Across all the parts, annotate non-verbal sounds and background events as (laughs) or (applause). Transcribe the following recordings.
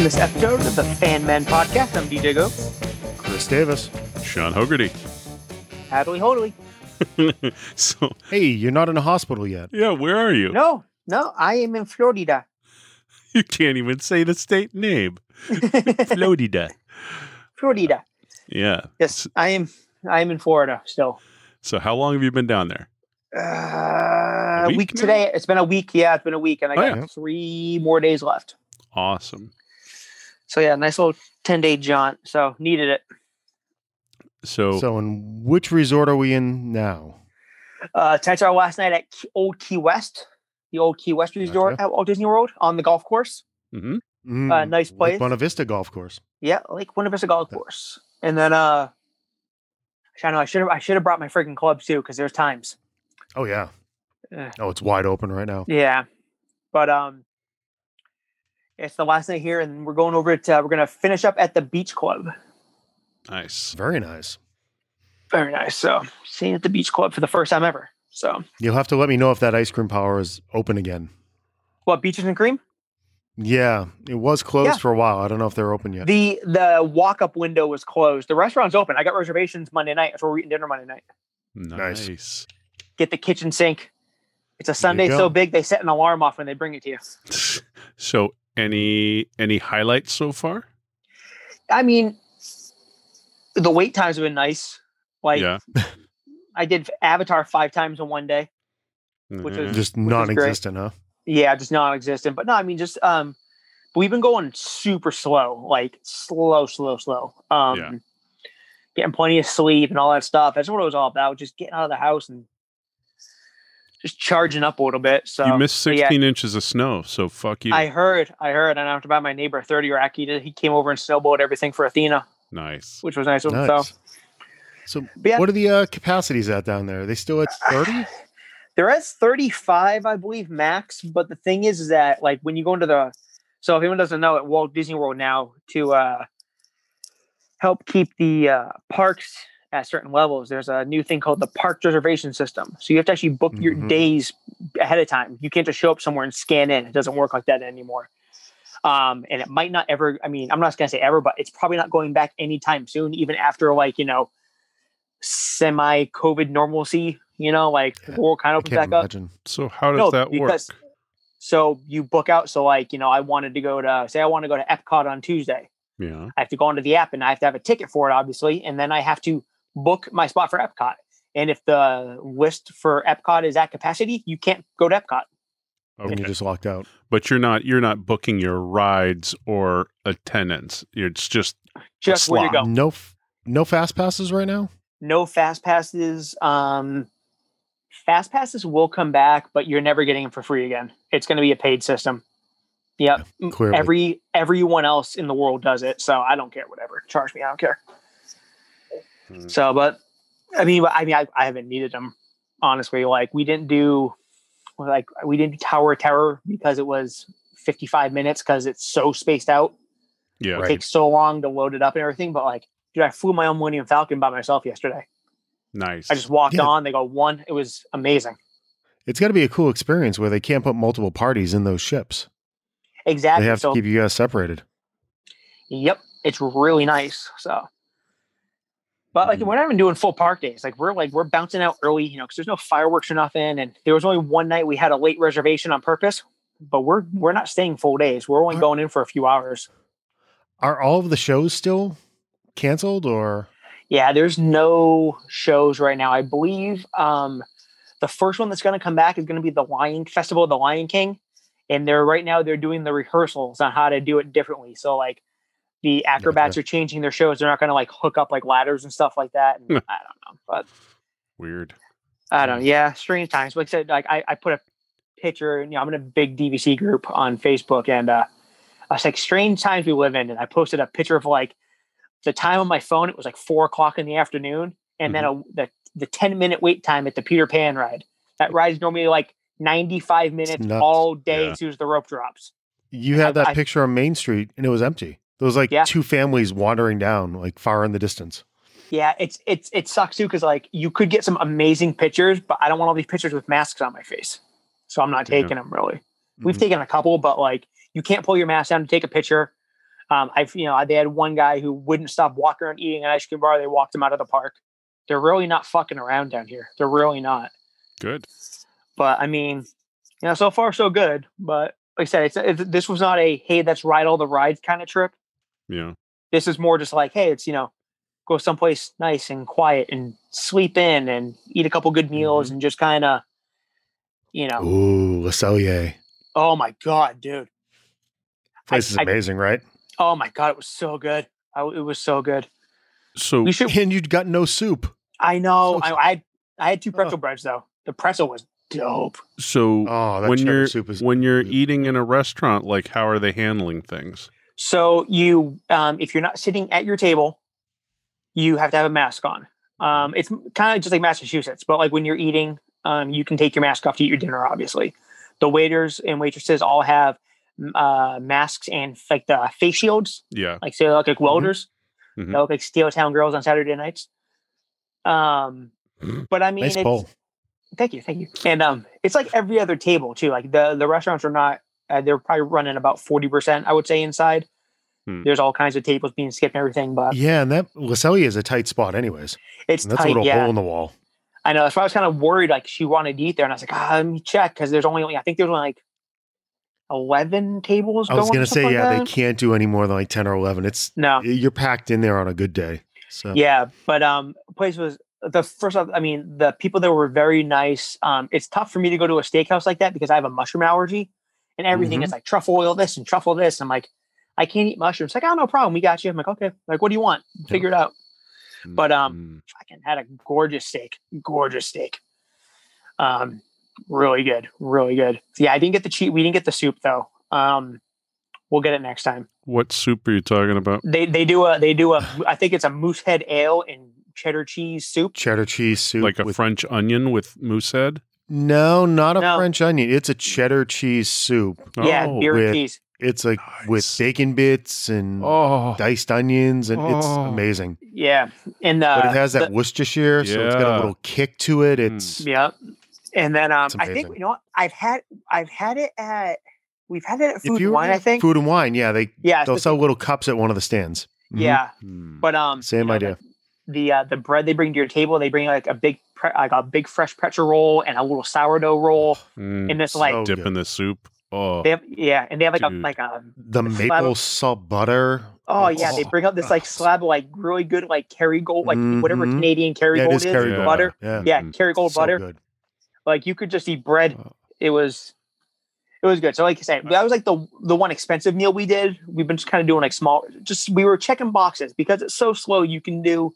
this episode of the Fan Men Podcast. I'm DJ Go. Chris Davis. Sean Hogarty. (laughs) Happily hodily. so, Hey, you're not in a hospital yet. yeah, where are you? No, no, I am in Florida. (laughs) You can't even say the state (laughs) name. Florida. Florida. Yeah. Yes, I am. I am in Florida still. So, how long have you been down there? Uh, week week now? today. It's been a week. Yeah, it's been a week, and I Oh, got yeah. three more days left. Awesome. So yeah, nice little ten day jaunt. So needed it. So, So, in which resort are we in now? Uh, tonight's our last night at Key, Old Key West, the Old Key West Resort at Walt Disney World on the golf course. Mhm. Mm, Uh, nice Lake place. Buena Vista Golf Course. Yeah, Lake Buena Vista Golf Course. And then uh I know I should have I should have brought my freaking clubs too because there's times. Oh yeah. Yeah. Oh, it's wide open right now. Yeah. But um it's the last night here and we're going over to we're gonna finish up at the beach club. nice. Very nice. Very nice. So seeing at the beach club for the first time ever. So You'll have to let me know if that ice cream power is open again. what beaches and cream? Yeah, it was closed Yeah. for a while. I don't know if they're open yet. The the walk up window was closed. The restaurant's open. I got reservations Monday night. That's where we're eating dinner Monday night. Nice. Get the kitchen sink. It's a Sunday go. so big they set an alarm off when they bring it to you. (laughs) So, any any highlights so far? I mean, the wait times have been nice. Like yeah. I did Avatar five times in one day. which Yeah. is- Just is great. non-existent, huh? Yeah, just non-existent. But no, I mean, just um, we've been going super slow, like slow, slow, slow. Um, Yeah. getting plenty of sleep and all that stuff. That's what it was all about. Just getting out of the house and just charging up a little bit. So you missed but um, yeah, 16 inches of snow. So, fuck you. I heard, I heard, and I have to buy my neighbor a thirty rack. He did, he came over and snowboarded everything for Athena, nice. which was nice. of him. Nice. So So, but yeah, Uh, what are the uh, capacities at down there? Are they still at thirty? They're at 35, I believe, max. But the thing is, is that like when you go into the so if anyone doesn't know at Walt Disney World now to uh help keep the uh parks at certain levels, there's a new thing called the park reservation system. So you have to actually book your Mhm. days ahead of time. You can't just show up somewhere and scan in. It doesn't work like that anymore. Um, and it might not ever, I mean, I'm not gonna say ever, but it's probably not going back anytime soon, even after like, you know, semi COVID normalcy, you know, like Yeah, the world kind I of opens can't back up imagine. So, how does that work? so you book out. So like, you know, I wanted to go to say I want to go to Epcot on Tuesday. Yeah. I have to go onto the app and I have to have a ticket for it, obviously, and then I have to book my spot for Epcot. And if the list for Epcot is at capacity, you can't go to Epcot. And you're Okay. just locked out. But you're not you're not booking your rides or attendance. It's just Just where you slot. go. No, f- no fast passes right now. No fast passes. Um fast passes will come back, but you're never getting them for free again. It's gonna be a paid system. Yep. clearly. Every everyone else in the world does it. So I don't care, whatever. Charge me, I don't care. Hmm. So, but I mean, but I mean, I, I haven't needed them honestly. Like we didn't do like we didn't do Tower of Terror because it was 55 minutes because it's so spaced out. yeah. Right. It takes so long to load it up and everything. But like, dude, I flew my own Millennium Falcon by myself yesterday. Nice. I just walked Yeah. on. They go one. It was amazing. It's got to be a cool experience where they can't put multiple parties in those ships. Exactly. they have so, to keep you guys separated. yep, it's really nice. So. But like Mhm. we're not even doing full park days. Like we're like we're bouncing out early, you know, because there's no fireworks or nothing. And there was only one night we had a late reservation on purpose. But we're we're not staying full days. We're only Are- going in for a few hours. Are all of the shows still canceled or? Yeah, there's no shows right now. I believe um, the first one that's going to come back is going to be the Lion Festival of the Lion King, and they're right now they're doing the rehearsals on how to do it differently. So like the acrobats are changing their shows. They're not going to like hook up like ladders and stuff like that. And I don't know, but Weird. I don't. Yeah, strange times. Like I said, like I, I put a picture. You know, I'm in a big DVC group on Facebook, and uh, I was like, strange times we live in. And I posted a picture of like the time on my phone. It was like four o'clock in the afternoon, and then a, the the ten minute wait time at the Peter Pan ride. That ride is normally like 95 minutes nuts. all day Yeah. as soon as the rope drops. You had I- that Um, I- picture on Main Street and it was empty. There was like Yeah. two families wandering down, like far in the distance. Yeah, it's it's it sucks too because like you could get some amazing pictures, but I don't want all these pictures with masks on my face, so I'm not Yeah. taking them really. We've Mhm. taken a couple, but like you can't pull your mask down to take a picture. Um, I've you know they had one guy who wouldn't stop walking around eating an ice cream bar. They walked him out of the park. They're really not fucking around down here. They're really not. Good. But I mean, you know, so far so good. But like I said, it's, it's this was not a hey, let's ride all the rides kind of trip. Yeah. This is more just like hey, it's you know, go someplace nice and quiet and sleep in and eat a couple good meals and just kind of, you know, Mm-hmm. Ooh, Le Cellier. oh my god, dude, Place is I- amazing, right? oh my god, it was so good. I, it was so good. So We should And you'd got no soup. I know. So- I, I had I had two pretzel Oh. breads though. The pretzel was dope. so Oh, that when cheddar you're soup is when you're unbelievable. eating in a restaurant, like how are they handling things? So you, um, if you're not sitting at your table, you have to have a mask on. Um, it's kind of just like Massachusetts, but like when you're eating, um, you can take your mask off to eat your dinner. Obviously, the waiters and waitresses all have m- uh, masks and like the face shields, Yeah. like say they look like welders. Mhm. They look like Steel Town girls on Saturday nights. Um, but I mean, nice it's- bowl. Thank you, thank you. And um, it's like every other table too. Like the the restaurants are not. Uh, they're probably running about forty percent, I would say, inside. Hmm. There's all kinds of tables being skipped and everything, but Yeah, and that Le Cellier is a tight spot, anyways. it's And that's a tight. little Yeah, hole in the wall. I know. That's why I was kind of worried. Like she wanted to eat there, and I was like, ah, let me check because there's only I think there's only like eleven tables. I was going or gonna say, something yeah, like they that. can't do any more than like ten or eleven. It's no, you're packed in there on a good day. So yeah but um place was the first off i mean the people there were very nice um it's tough for me to go to a steakhouse like that because i have a mushroom allergy and everything is like truffle oil this and truffle this i'm like i can't eat mushrooms like oh no problem we got you i'm like okay like what do you want figure it out But, um, fucking had a gorgeous steak gorgeous steak um really good really good yeah i didn't get the cheat we didn't get the soup though um we'll get it next time what soup are you talking about? they they do a they do a i think it's a moose head ale and cheddar cheese soup cheddar cheese soup, Like a with, French onion with moose head? no, not a No. French onion. It's a cheddar cheese soup. Yeah, Oh, beer and with- cheese. It's like Nice. with bacon bits and Oh, diced onions, and it's Oh. amazing. Yeah, and uh, But it has that the- Worcestershire, so it's got Yeah. Hmm. a little kick to it. It's yeah, and then um, It's I think amazing. you know what? I've had I've had it at we've had it at if Food you and Wine. I have think food and wine. Yeah, they yeah, they'll it's- sell little cups at one of the stands. Mhm. yeah. Hmm. But um, Same you know, idea. The, the, uh, the bread they bring to your table, they bring like a big pre- like a big fresh pretzel roll and a little sourdough roll, Mm, and it's Oh, so like dip in good. the soup. Oh, they have yeah, and they have like a Dude. like a the slab maple of- salt butter. oh yeah, they Oh. bring out this like slab of like really good like Kerrygold like whatever Mhm. Canadian yeah, Kerrygold it is, is Kerrygold Kerrygold. butter. Yeah, Yeah, Mhm. Kerrygold so butter. good. like you could just eat bread Wow. it was it was good so like i said that was like the the one expensive meal we did we've been just kind of doing like small just we were checking boxes because it's so slow you can do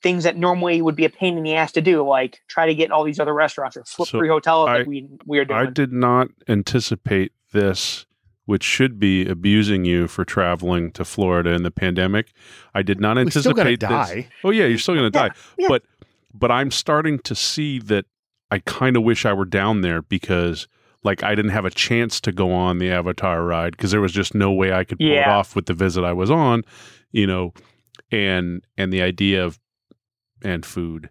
things that normally would be a pain in the ass to do like try to get in all these other restaurants or flip So through hotel I- like we we are I doing did not anticipate this, which should be abusing you for traveling to Florida in the pandemic. I did not We still gotta anticipate this. die. Oh yeah, you're still gonna Yeah, die. yeah. But but I'm starting to see that I kind of wish I were down there because like I didn't have a chance to go on the Avatar ride because there was just no way I could pull it Yeah. off with the visit I was on, you know, and and the idea of and food.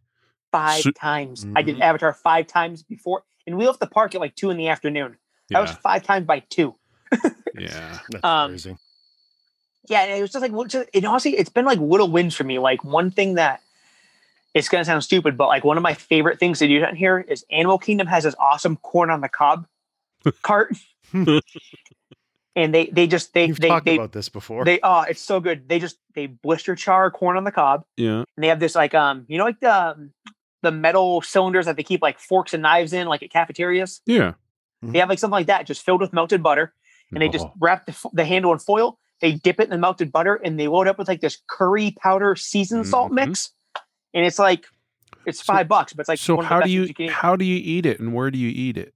five so- times i Mm-hmm. did avatar five times before and we left the park at like two in the afternoon that was Yeah, five times by two yeah. That's Um, crazy. yeah, and it was just like what- just- and honestly, it's been like little wins for me. Like one thing that it's gonna sound stupid, but like one of my favorite things to do down here is Animal Kingdom has this awesome corn on the (laughs) cob cart, and they they just they You've they talked they, about this before. they oh it's so good. They just they blister char corn on the cob, Yeah. and they have this like um you know like the um, the metal cylinders that they keep like forks and knives in like at cafeterias. Yeah. Mm-hmm. They have like something like that, just filled with melted butter, and they just Oh, wrap the, f- the handle in foil. They dip it in the melted butter, and they load up with like this curry powder seasoned salt Mhm. mix. And it's like it's So- five bucks, but it's like so one of the how best do you, things can eat. how do you eat it and where do you eat it?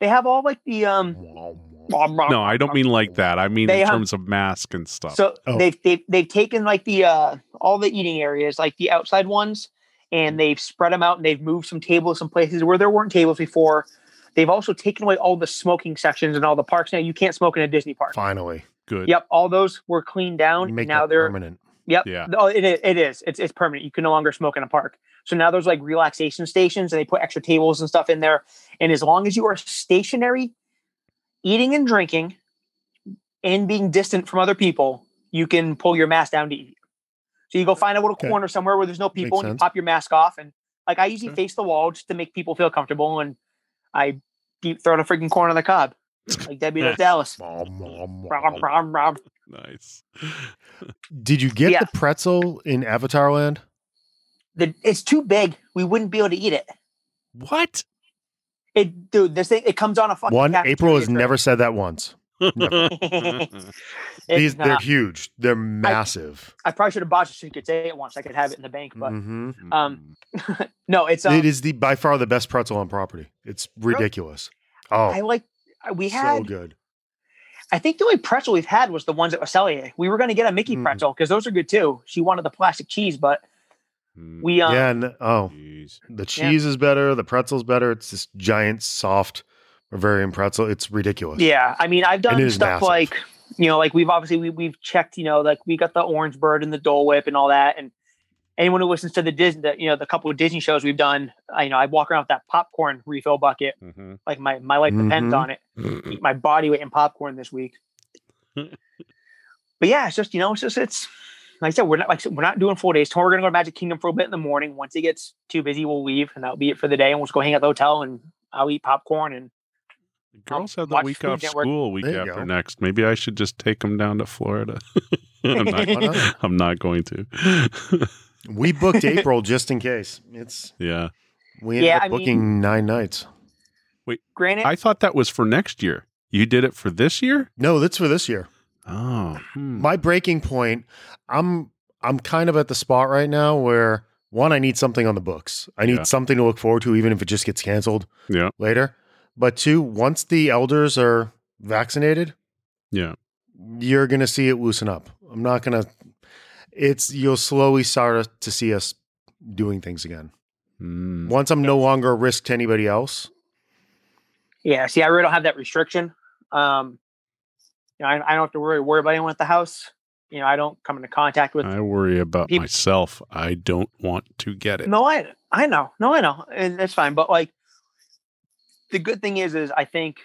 They have all like the um. (sniffs) No, I don't mean like that. I mean They in have- terms of mask and stuff. So Oh. they've they've they've taken like the uh all the eating areas, like the outside ones, and they've spread them out, and they've moved some tables, some places where there weren't tables before. They've also taken away all the smoking sections and all the parks now. You can't smoke in a Disney park. Finally, Good. Yep, all those were cleaned down. you and make now that they're permanent. Yep. Yeah. Oh, it is. It is. It's it's permanent. You can no longer smoke in a park. So now there's like relaxation stations, and they put extra tables and stuff in there. And as long as you are stationary, eating and drinking, and being distant from other people, you can pull your mask down to eat. So you go find a little Okay. corner somewhere where there's no people Makes and you sense. pop your mask off. And like I usually Okay. face the wall just to make people feel comfortable. And I deep throw the freaking corn on the cob, like (laughs) Debbie Love Dallas. Rom, rom, rom. Nice. Did you get Yeah. the pretzel in Avatar Land? The, it's too big. We wouldn't be able to eat it. (laughs) What? It, dude, this thing it comes on a fucking One cafeteria April has (laughs) tray. never said that once. Um, It's These not. they're huge. They're massive. I probably should have bought it so you could say it once. I could have it in the bank, but Mhm. Mm-hmm. Um, Mm-hmm. no, it's um, it is the by far the best pretzel on property. It's ridiculous. I Oh, like we so had. good. I think the only pretzel we've had was the ones at Waselia. We were going to get a Mickey Mm. pretzel because those are good too. She wanted the plastic cheese, but we um, yeah. And, Mm, oh, Jeez. the cheese is better. The pretzel's better. It's this giant, soft Bavarian pretzel. It's ridiculous. Yeah, I mean, I've And it done is stuff massive. like you know, like we've obviously we, we've checked, you know, like we got the Orange Bird and the Dole Whip and all that, and anyone who listens to the Disney, the, you know, the couple of Disney shows we've done, I, you know, I walk around with that popcorn refill bucket, Mhm. like my my life depends Mhm. on it. Eat my body weight in popcorn this week. but yeah, it's just you know, it's just it's like I said, we're not like I said, we're not doing full days. Tomorrow we're gonna go to Magic Kingdom for a bit in the morning. Once it gets too busy, we'll leave, and that'll be it for the day. And we'll just go hang at the hotel, and I'll eat popcorn and Girls have the watch week Food off Network. school week There you after go. next. Maybe I should just take them down to Florida. (laughs) I'm, not, Why not? (laughs) I'm not going to. (laughs) (laughs) we booked April just in case. It's yeah. we ended Yeah, up I mean- booking nine nights. granted. I thought that was for next year. You did it for this year? No, that's for this year. Oh. hmm. my breaking point i'm i'm kind of at the spot right now where one i need something on the books i need Yeah. something to look forward to even if it just gets canceled Yeah. later but two once the elders are vaccinated Yeah. you're gonna see it loosen up i'm not gonna it's you'll slowly start to see us doing things again Mm. Hmm. once i'm no longer a risk to anybody else Yeah, see, I really don't have that restriction. Um, you know, I, I don't have to worry worry about anyone at the house. You know, I don't come into contact with. I worry about Peop- myself. I don't want to get it. no, I I know, no, I know, and that's fine. But like, the good thing is, is I think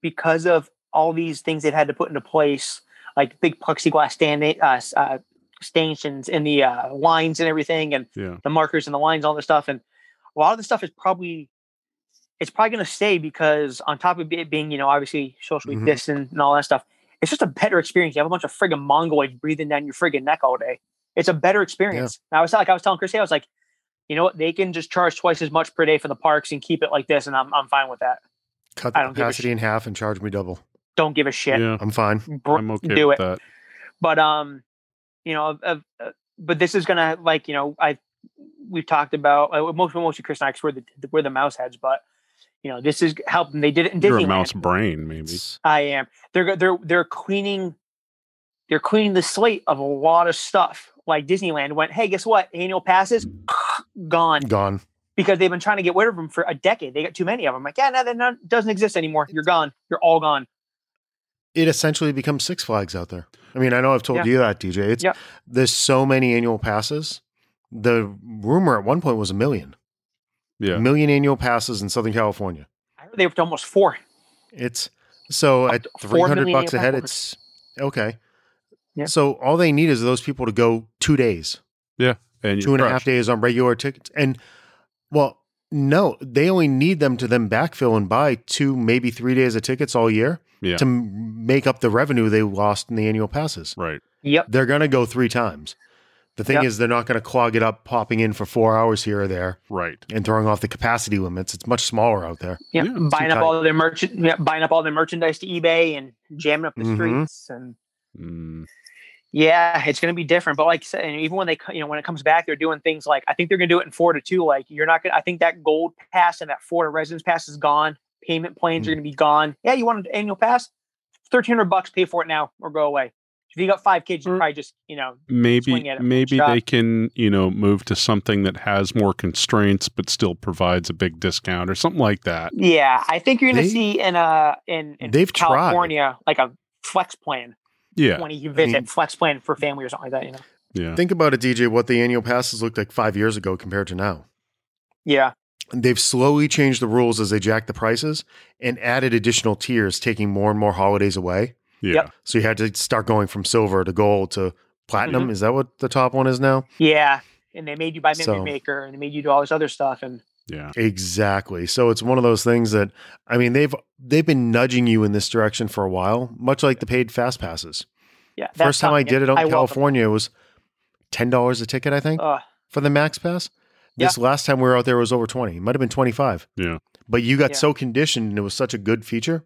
because of all these things they've had to put into place, like big plexiglass stand uh, s- uh, stanchions in the uh, lines and everything, and Yeah. the markers and the lines, all this stuff. And a lot of the stuff is probably it's probably going to stay because on top of it being, you know, obviously socially Mhm. Mm-hmm. distant and all that stuff, it's just a better experience. You have a bunch of friggin' mongoloids breathing down your friggin' neck all day. It's a better experience. Now I was like I was telling Chris, I was like, you know what? They can just charge twice as much per day for the parks and keep it like this, and I'm I'm fine with that. cut I the don't give a capacity in half and charge me double Don't give a shit. Yeah. i'm fine Br- I'm okay do with it. that. but um you know of, of, uh, but this is gonna like you know i we've talked about uh, most mostly chris and i 'cause we're the we're the mouse heads but you know this is helping they did it in You're disneyland a mouse brain, maybe. It's- i am they're go- they're they're cleaning they're cleaning the slate of a lot of stuff like disneyland went hey guess what annual passes (laughs) gone gone because they've been trying to get rid of them for a decade they got too many of them like yeah no that none- doesn't exist anymore you're gone you're all gone it essentially becomes Six Flags out there. I mean, I know I've told Yeah. you that, DJ. It's Yep. there's so many annual passes. The rumor at one point was a million, a Yeah. million annual passes in Southern California. i heard they were almost four It's so Up at to four three hundred million bucks annual a head. passes. It's okay. Yeah. So all they need is those people to go two days, And two and a half crushed. days on regular tickets, and well, no, they only need them to then backfill and buy two, maybe three days of tickets all year Yeah. to m- make up the revenue they lost in the annual passes. Right. yep they're going to go three times. The thing Yep. is, they're not going to clog it up, popping in for four hours here or there Right. and throwing off the capacity limits. It's much smaller out there. yeah, Yeah, it's buying too up all their merchant, yeah, buying up all their merchandise to eBay and jamming up the Mhm. streets. And Mm. yeah, it's going to be different. But like I said, and even when they, co- you know, when it comes back, they're doing things like I think they're going to do it in Florida too. Like you're not going. to I think that gold pass and that Florida residence pass is gone. Payment plans Mm. are going to be gone. Yeah, you want an annual pass? Thirteen hundred bucks. Pay for it now or go away. If you got five kids, you Mm. Or- probably just you know swing maybe at it from maybe shop. they can you know move to something that has more constraints but still provides a big discount or something like that Yeah, I think you're going They- to see in uh in, in they've tried. California like a flex plan yeah twenty visit mean- flex plan for family or something like that. You know. yeah Think about it, DJ, what the annual passes looked like five years ago compared to now. Yeah. They've slowly changed the rules as they jack the prices and added additional tiers, taking more and more holidays away. Yeah. Yep. So you had to start going from silver to gold to platinum. Mm-hmm. Is that what the top one is now? Yeah. And they made you buy Memory So- Maker and they made you do all this other stuff. And Yeah. Exactly. So it's one of those things that I mean they've they've been nudging you in this direction for a while, much like the paid fast passes. yeah. that's First time I coming, did and it out in welcome California it was ten dollars a ticket, I think, Ugh. for the max pass. This last time we were out there it was over twenty. It might have been twenty five. Yeah. But you got Yeah. so conditioned and it was such a good feature,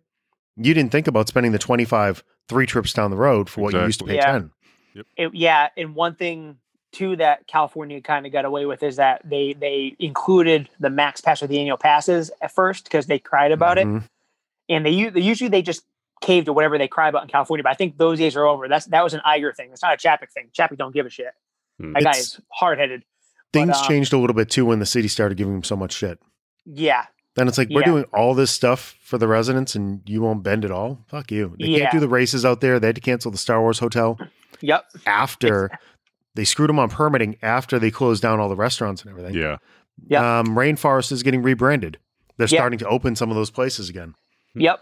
you didn't think about spending the twenty five three trips down the road for what you used to pay Exactly. Yeah. ten. it, yeah, and one thing too that California kind of got away with is that they they included the max pass or the annual passes at first because they cried about it, Mhm. and they u- usually they just caved to whatever they cry about in California. But I think those days are over. That's that was an Iger thing. That's not a Chappick thing. Chappick don't give a shit. Hmm. That guy It's- is hard headed. Things um, changed a little bit too when the city started giving them so much shit. Yeah, Then it's like we're Yeah. doing all this stuff for the residents, and you won't bend at all. Fuck you. They can't Yeah. do the races out there. They had to cancel the Star Wars hotel (laughs) yep. after they screwed them on permitting after they closed down all the restaurants and everything. Yeah. Yeah. Um, Rainforest is getting rebranded. They're Yeah. starting to open some of those places again. Yep.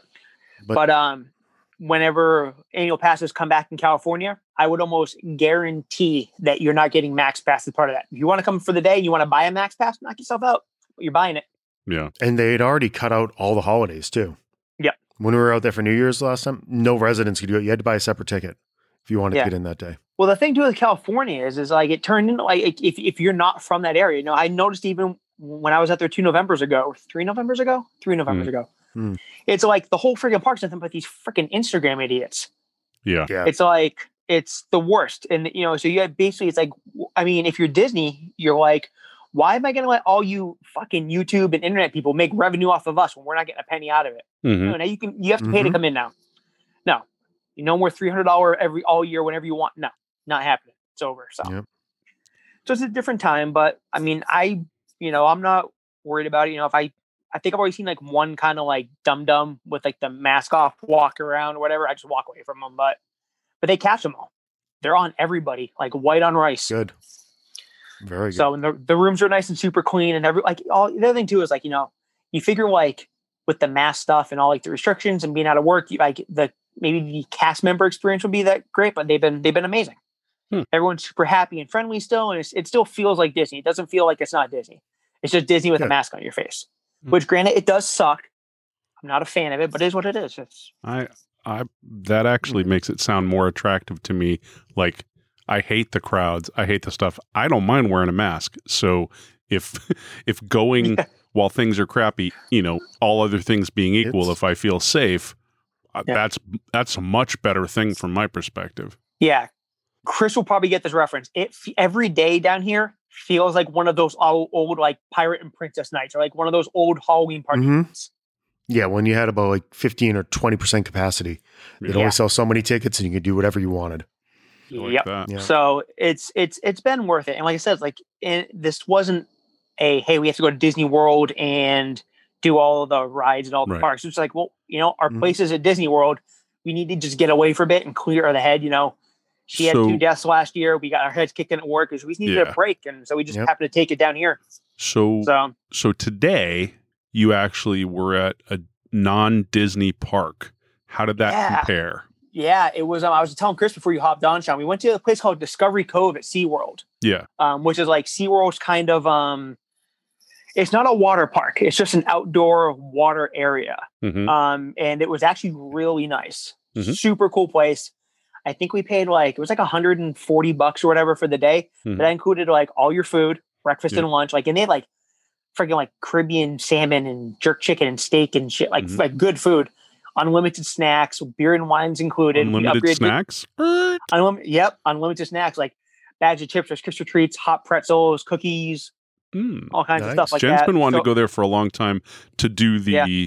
Mm. But- But, um, whenever annual passes come back in California, I would almost guarantee that you're not getting max pass as part of that. If you want to come for the day, you want to buy a max pass, knock yourself out. But you're buying it. Yeah. And they had already cut out all the holidays too. Yep. When we were out there for New Year's last time, no residents could go. You had to buy a separate ticket if you wanted Yeah. to get in that day. Well, the thing too with California is, is like it turned into like if, if you're not from that area, you know, I noticed even when I was out there two Novembers ago, or three Novembers ago, three Novembers ago, Mm. it's like the whole freaking park's nothing but these freaking Instagram idiots. Yeah. Yeah. it's like it's the worst and you know so you have basically it's like w- i mean if you're disney you're like why am i going to let all you fucking youtube and internet people make revenue off of us when we're not getting a penny out of it Mhm. no, now you can you have to pay to Mhm. come in now no you no more $300 every all year whenever you want no not happening it's over so Yep. so it's a different time but i mean i you know i'm not worried about it you know if i i think i've already seen like one kind of like dum dum with like the mask off walk around or whatever i just walk away from them but but they catch them all they're on everybody like white on rice Good. Very good. so and the, the rooms are nice and super clean and every like all the other thing too is like you know you figure like with the mask stuff and all like the restrictions and being out of work you, like the maybe the cast member experience will be that great but they've been they've been amazing Hmm. everyone's super happy and friendly still and it's, it still feels like disney it doesn't feel like it's not disney it's just disney with a Yeah. mask on your face Hmm. which granted it does suck i'm not a fan of it but it is what it is it's I I that actually Mm-hmm. makes it sound more attractive to me. Like I hate the crowds. I hate the stuff. I don't mind wearing a mask. So if (laughs) if going while things are crappy, you know, all other things being equal, It's- if I feel safe, uh Yeah. that's that's a much better thing from my perspective. Yeah, Chris will probably get this reference. It f- every day down here feels like one of those old, old like pirate and princess nights, or like one of those old Halloween parties. Mhm. Yeah, when you had about like 15 or 20% capacity, you'd Yeah. only sell so many tickets and you could do whatever you wanted. I like Yep. that. Yeah. Uh, So it's it's it's been worth it. And like I said, like it, this wasn't a hey, we have to go to Disney World and do all the rides and all the Right. parks. It's like, well, you know, our Mhm. places at Disney World, we need to just get away for a bit and clear the head. You know, she had So- two deaths last year. We got our heads kicked in at work because we just needed Yeah. a break, and so we just Yep. happened to take it down here. So So so today you actually were at a non Disney park. How did that Yeah. compare? Yeah, it was. Um, I was telling Chris before you hopped on, Sean. We went to a place called Discovery Cove at SeaWorld, Yeah. um, which is like SeaWorld's kind of. Um, it's not a water park. It's just an outdoor water area, hmm um, and it was actually really nice. Mhm. Super cool place. I think we paid like it was like 140 bucks or whatever for the day. Mhm. But that included like all your food, breakfast Yeah. and lunch. Like, and they had like freaking like Caribbean salmon and jerk chicken and steak and shit. Like, Mhm. like good food, unlimited snacks, beer and wines included. We Unlimited upgraded- snacks. Er, Unlim- yep, unlimited snacks like bags of chips, there's crisper treats, hot pretzels, cookies, mm. all kinds of Nice. stuff like Jen's that. been wanting So- to go there for a long time to do the Yeah.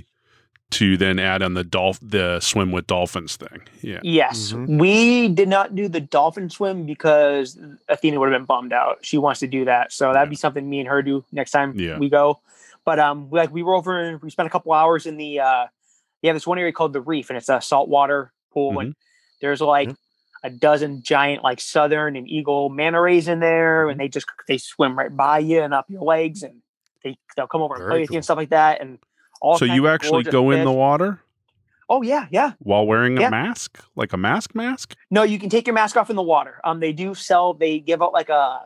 to then add on the dolph the swim with dolphins thing. Yeah. Yes, Mm-hmm. Mhm. we did not do the dolphin swim because Athena would have been bummed out. She wants to do that, so that'd Yeah. be something me and her do next time Yeah. we go. But um, we, like we were over and we spent a couple hours in the uh, yeah, this one area called the Reef, and it's a saltwater pool, Mm-hmm. and there's like Yep. a dozen giant like Mm-hmm. southern and eagle manta rays in there, and they just they swim right by you and up your legs, and They they'll come over and Very play with cool. you and stuff like that. And all so kinds you of actually gorgeous go in the fish. water Oh yeah, yeah. while wearing a Yeah. mask, like a mask mask. No, you can take your mask off in the water. Um, they do sell. They give out like a.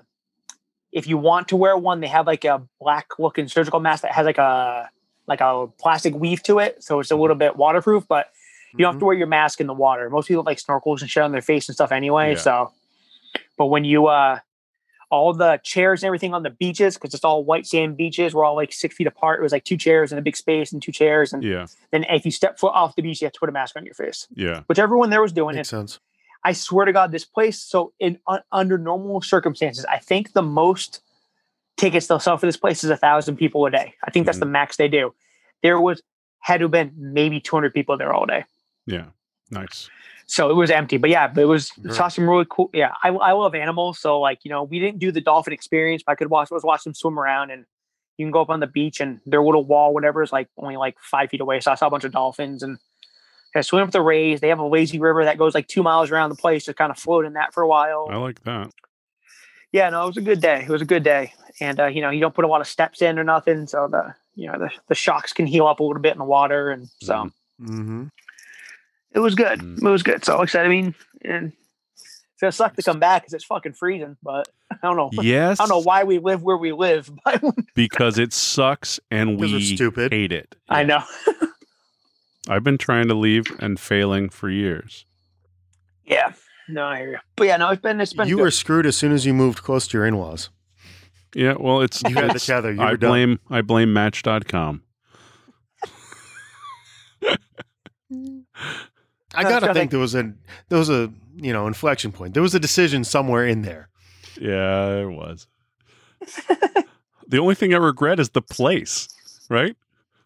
If you want to wear one, they have like a black looking surgical mask that has like a like a plastic weave to it, so it's a little bit waterproof. But you Mm-hmm. Mm-hmm. don't have to wear your mask in the water. Most people have like snorkels and shit on their face and stuff anyway. Yeah. So, but when you uh, all the chairs and everything on the beaches because it's all white sand beaches, we're all like six feet apart. It was like two chairs and a big space and two chairs, and Yeah, then if you step foot off the beach, you have to put a mask on your face, yeah. which everyone there was doing. Makes And sense. I swear to God, this place. So in un, under normal circumstances, I think the most tickets they'll sell for this place is a thousand people a day. I think that's the max they do. There was had to have been maybe 200 people there all day. Yeah. Nice. So it was empty, but yeah, but it was Right. saw some really cool. Yeah, I, I love animals, so like you know, we didn't do the dolphin experience, but I could watch was watch them swim around, and you can go up on the beach and their little wall, whatever, is like only like five feet away. So I saw a bunch of dolphins and I swim up the rays. They have a lazy river that goes like two miles around the place, just kind of float in that for a while. I like (laughs) that. Yeah, no, it was a good day. It was a good day, and uh, you know, you don't put a lot of steps in or nothing, so the you know the the shocks can heal up a little bit in the water, and so Mhm. Mm-hmm. it was good. Mm. It was good. So like I said, I mean, and it's gonna suck to come back because it's fucking freezing. But (laughs) I don't know. Yes. I don't know why we live where we live, (laughs) but Because it sucks and Because we we're stupid. hate it. I know. I've been trying to leave and failing for years. Yeah. No, I hear you. But yeah, no, it's been it's been. You good. were screwed as soon as you moved close to your in-laws. Yeah. Well, it's. You had the it's- tether. You I were done. blame. I blame Match.com. I That's gotta gotta- think there was a there was a you know inflection point. There was a decision somewhere (laughs) in there. Yeah, it (laughs) was. the only thing I regret is the place, right?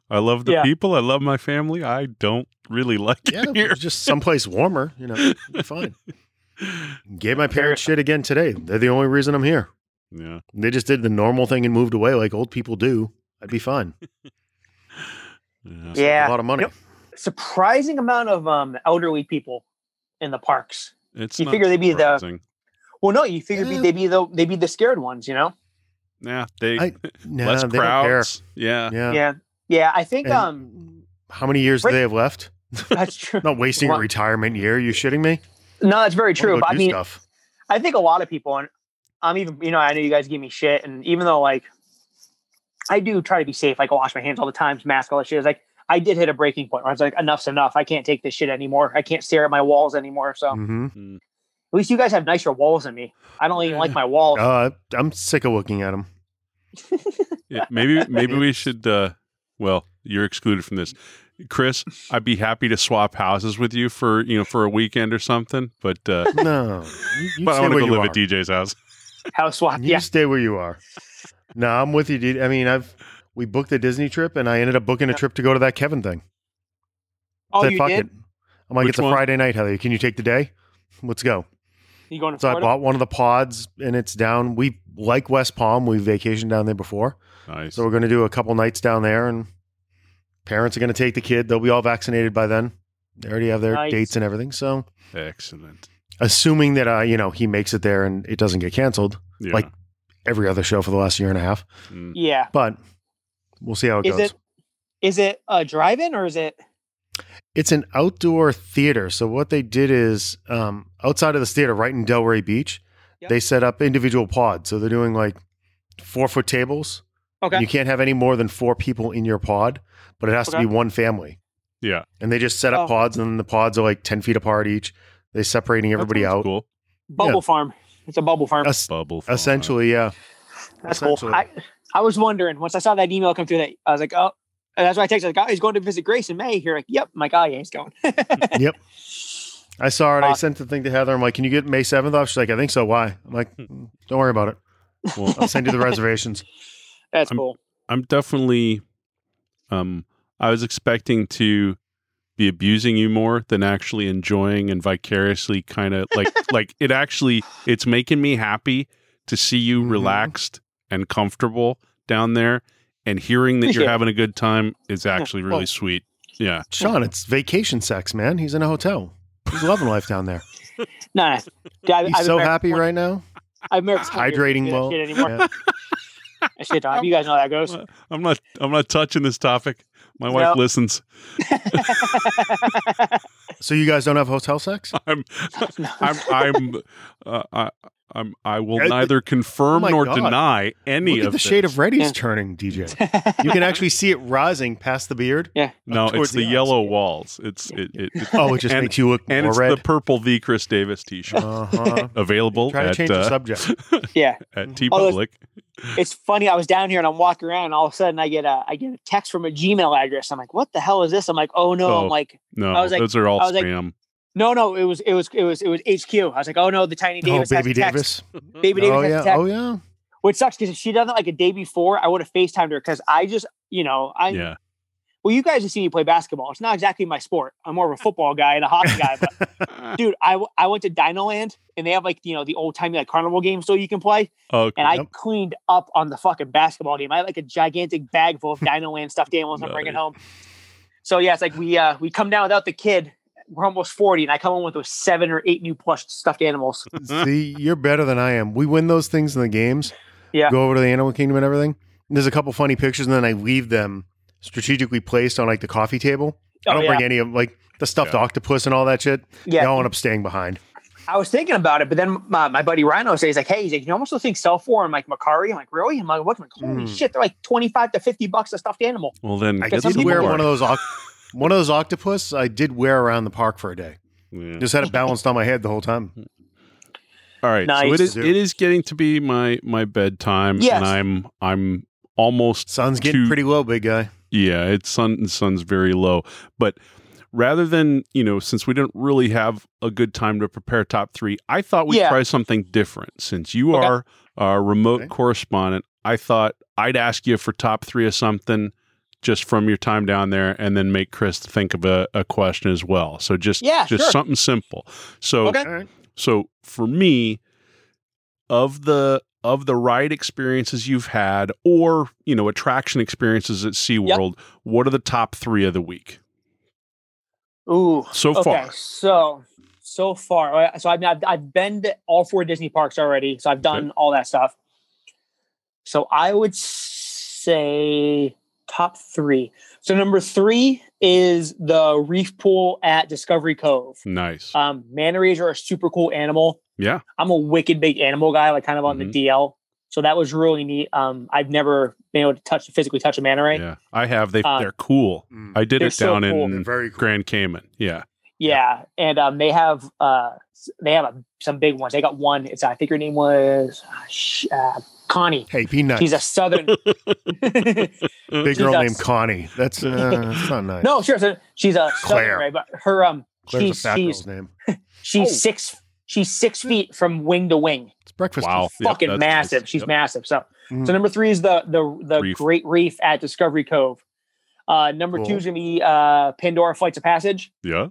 I love the Yeah. people. I love my family. I don't really like Yeah, it here. just someplace warmer. You know, you're fine. Gave my parents shit again today. They're the only reason I'm here. Yeah. They just did the normal thing and moved away like old people do. I'd be fine. Yeah. a yeah, lot of money. Yep. surprising amount of um elderly people in the parks. It's You not figure they'd be uh, the- surprising. Well, no, you figure Yeah. they'd be the they'd be the scared ones, you know? Yeah, they I- Nah, less they don't care. crowds. Yeah. Yeah. yeah, yeah. I think And um (laughs) how many years Rick- do they have left? that's (laughs) true. Not wasting your What? retirement year. you shitting me? No, that's very Wanna true. go But I do mean, stuff. I think a lot of people, and I'm even, you know, I know you guys give me shit, and even though like I do try to be safe, like I wash my hands all the time, mask all that shit. It's like I did hit a breaking point where I was like, enough's enough. I can't take this shit anymore. I can't stare at my walls anymore. So at hmm least you guys have nicer walls than me. I don't even like my walls. Uh, I'm sick of looking at them. Yeah, (laughs) Maybe maybe we should uh well, you're excluded from this. Chris, I'd be happy to swap houses with you for, you know, for a weekend or something, but uh (laughs) No, you, (laughs) you but I stay want to where go you live are. at DJ's house. House swap. You Yeah. stay where you are. No, I'm with you, dude. I mean, I've we booked a Disney trip, and I ended up booking a Yeah. trip to go to that Kevin thing. Oh, Said, you "Fuck did? it." I'm like, Which it's a one? Friday night, Heather. Can you take the day? Let's go. You going to So I Florida? bought one of the pods, and it's down. We like West Palm. We vacationed down there before, Nice. so we're going to do a couple nights down there. And parents are going to take the kid. They'll be all vaccinated by then. They already have their Nice. dates and everything. So Excellent. assuming that uh, you know he makes it there and it doesn't get canceled, Yeah. Like- every other show for the last year and a half. Mm. yeah. But we'll see how it Is goes. it is it a drive-in or is it? It's an outdoor theater. So what they did is um, outside of this theater, right in Delray Beach, Yep. they set up individual pods. So they're doing like four foot tables. Okay. And You can't have any more than four people in your pod, but it has to Okay. be one family. Yeah. And they just set up Oh. pods, and then the pods are like ten feet apart each. They're separating everybody Sounds out. Cool. Bubble farm. It's a bubble farm. Es- Bubble. farm. essentially, yeah. That's cool. Essentially. I, I was wondering once I saw that email come through that I was like, oh, and that's why I texted like, oh, he's going to visit Grace in May. You're like, yep, my guy, yeah, he's going. yep. I saw it. I Awesome. sent the thing to Heather. I'm like, "Can you get May 7th off?" She's like, "I think so." Why? I'm like, "Mm, "Don't worry about it. Well, I'll send you the (laughs) reservations." That's I'm- cool. I'm definitely um I was expecting to be abusing you more than actually enjoying and vicariously kind of (laughs) like like it actually it's making me happy to see you Mhm. relaxed and comfortable down there and hearing that you're Yeah. having a good time (laughs) is actually really Well- sweet. Yeah. Sean, it's vacation sex, man. He's in a hotel. He's loving life down there. No, no. Dude, I, (laughs) He's so happy right now. I'm He's hydrating well. Anymore. Yeah. shit, (laughs) Dom, you guys know how that goes. I'm not. I'm not touching this topic. My wife Nope. listens. So you guys don't have hotel sex? I'm. (laughs) I'm. I'm. Uh, I, I'm. I will Yeah, the- neither confirm my nor God. deny any Look of at the shade this. of red he's Yeah. turning, (laughs) DJ. You can actually see it rising past the beard. (laughs) No, towards it's the the eyes. yellow walls. It's it. it, it Oh, it just (laughs) And- makes you look and more it's the red. purple V. Chris Davis T-shirt uh-huh. (laughs) available Try to at change the uh, (laughs) subject. yeah, at T Oh, Public. it's funny. I was down here and I'm walking around, and all of a sudden I get a I get a text from a Gmail address. I'm like, what the hell is this? I'm like, oh no. Oh. I'm like, No, I was like- those are all I was like- spam. no, no. It was it was it was it was HQ. I was like, oh no, the Tiny Oh, Davis. has baby a text. (laughs) Davis. Baby Davis Oh has a yeah. text. Oh yeah. Which sucks because if she done that like a day before, I would have FaceTimed her because I just you know I (laughs) yeah, well you guys have seen me play basketball. It's not exactly my sport. I'm more of a football guy and a hockey guy, (laughs) but dude, I, w- I went to Dinoland and they have like you know the old timey like carnival game so you can play, oh, and I Yep. cleaned up on the fucking basketball game. I had like a gigantic bag (laughs) full of Dinoland stuffed animals I'm bringing Nice. home. So yeah, it's like we uh we come down without the kid. We're almost forty, and I come home with those seven or eight new plush stuffed animals. (laughs) See, you're better than I am. We win those things in the games. Yeah. Go over to the Animal Kingdom and everything. There's a couple funny pictures, and then I leave them strategically placed on like the coffee table. I Oh, don't yeah. bring any of like the stuffed Yeah. octopus and all that shit. Yeah. They all end up staying behind. I was thinking about it, but then my, my buddy Rhino says like, "Hey, he's like, you almost still think sell for?" I'm like, "Macari." I'm like, "Really?" I'm like, "What?" I'm like, Hmm. "Holy Mm. shit!" They're like twenty five to fifty bucks a stuffed animal. well then I get Because did some some wear more. one of those (laughs) oc- one of those octopus. I did wear around the park for a day. Yeah. Just had it balanced on my head the whole time. All right, so Nice. it is Zoo. it is getting to be my my bedtime, Yes. and I'm I'm almost Sun's getting Two- pretty low, big guy. yeah. It's sun sun's very low, but rather than you know, since we didn't really have a good time to prepare top three, I thought we'd Yeah. try something different. Since you Okay. are our remote Okay. correspondent, I thought I'd ask you for top three of something just from your time down there, and then make Chris think of a, a question as well. So just Yeah, just sure. something simple. So Okay. All right. so for me, of the of the ride experiences you've had, or you know, attraction experiences at SeaWorld, what are the top three of the week Ooh, so okay. far? So so far, all right, so I've, I've I've been to all four Disney parks already, so I've done all that stuff. So I would say top three. So number three is the reef pool at Discovery Cove. Nice. Um, manatees are a super cool animal. Yeah. I'm a wicked big animal guy, like kind of on Mm-hmm. Mhm. the DL. So that was really neat. Um, I've never been able to touch physically touch a manta Yeah, I have. They Uh, they're cool. I did they're it so down cool. They're in very cool. Grand Cayman. Yeah. Yeah, and um, they have uh, s- they have a, some big ones. They got one. It's I think her name was uh, sh- uh, Connie. Hey, peanut. She's a (laughs) southern. big girl she's a- named Connie. That's, uh, (laughs) that's not nice. no, sure. So she's a Claire. southern, right? But her um, Claire's she's a fat she's girl's name. she's Oh. six she's six feet from wing to wing. It's breakfast. Wow. She's Oh, Yep, fucking that's nice. massive. She's Yep. massive. So Mm. so number three is the the the Reef. Great Reef at Discovery Cove. Uh, number Cool. two is gonna be uh, Pandora Flights of Passage. Yeah.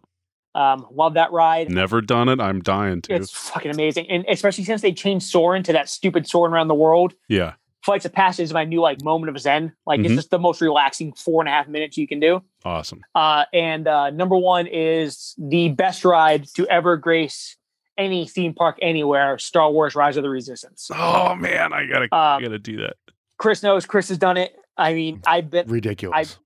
Um, love that ride. Never done it. I'm dying to. It's fucking amazing, and especially since they changed Soren to that stupid Soren around the world. yeah. Flights of Passage is my new like moment of zen. Like Mhm. it's just the most relaxing four and a half minutes you can do. Awesome. Uh, and uh, number one is the best ride to ever grace any theme park anywhere: Star Wars: Rise of the Resistance. Oh man, I gotta I Uh, Um, gotta do that. Chris knows. Chris has done it. I mean, I've been Ridiculous.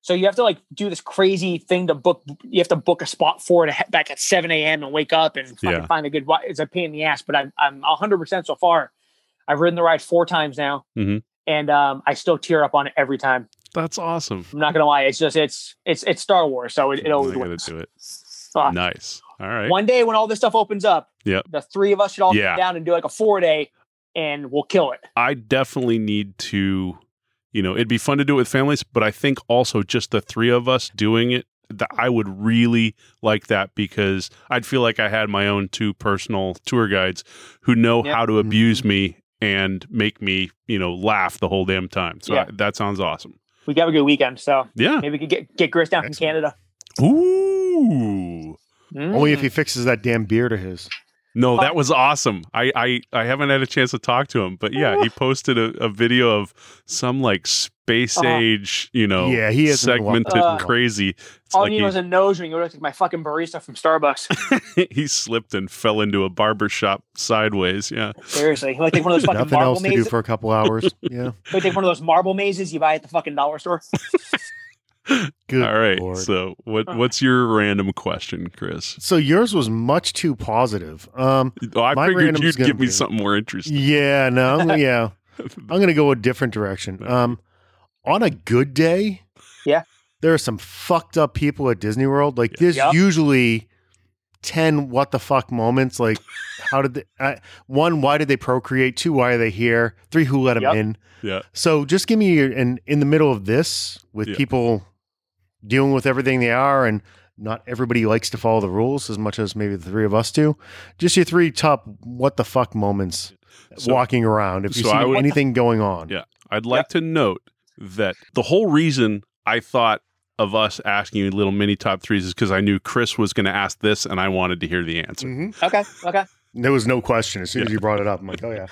So you have to like do this crazy thing to book. You have to book a spot for it ahe- back at seven a.m. and wake up and fucking Yeah. find a good. wi- It's a pain in the ass, but I'm I'm hundred percent so far. I've ridden the ride four times now, Mhm. and um, I still tear up on it every time. That's awesome. I'm not gonna lie. It's just it's it's it's Star Wars, so it, it always I gotta wins. do it. Fuck. Nice. All right. One day when all this stuff opens up, Yep. the three of us should all sit Yeah. down and do like a four day, and we'll kill it. I definitely need to, you know, it'd be fun to do it with families, but I think also just the three of us doing it, that I would really like that because I'd feel like I had my own two personal tour guides who know Yeah. how to abuse me and make me, you know, laugh the whole damn time. So Yeah. I- that sounds awesome. We got a good weekend, (laughs) so Yeah. maybe we could get get Chris down Excellent. from Canada. Ooh. Only if Mm. he fixes that damn beard of his. No, that was awesome. I, I, I haven't had a chance to talk to him, but (laughs) yeah, he posted a, a video of some like space Uh-huh. age, you know, Yeah, he hasn't segmented walked up. crazy. It's All like you he, (laughs) need was a nose ring. You look like my fucking barista from (laughs) Starbucks. he slipped and fell into a barber shop sideways. Yeah. Seriously, like take one of (laughs) those fucking Nothing marble else to do mazes. for a couple (laughs) hours. Yeah. like take one of those marble mazes you buy at the fucking dollar store. Good. All right. Lord. So what what's your random question, Chris? So yours was much too positive. (laughs) Um, Oh, I My figured random's you'd gonna give me be- something more interesting. yeah, no, I'm- yeah. I'm gonna go a different direction. Um, on a good day, Yeah. there are some fucked up people at Disney World. Like there's Yep. usually ten what the fuck moments. Like how did they, uh, one? Why did they procreate? Two? Why are they here? Three? Who let them Yep. in? Yeah. So just give me your and in the middle of this with Yeah. people dealing with everything they are and. Not everybody likes to follow the rules as much as maybe the three of us do. Just your three top what the fuck moments So- walking around. If you so see I would- anything going on, Yeah. (laughs) I'd like to note that the whole reason I thought of us asking you little mini top threes is because I knew Chris was going to ask this and I wanted to hear the answer. Mhm. Okay, okay. There was no question. As soon as you brought it up, I'm like, oh yeah,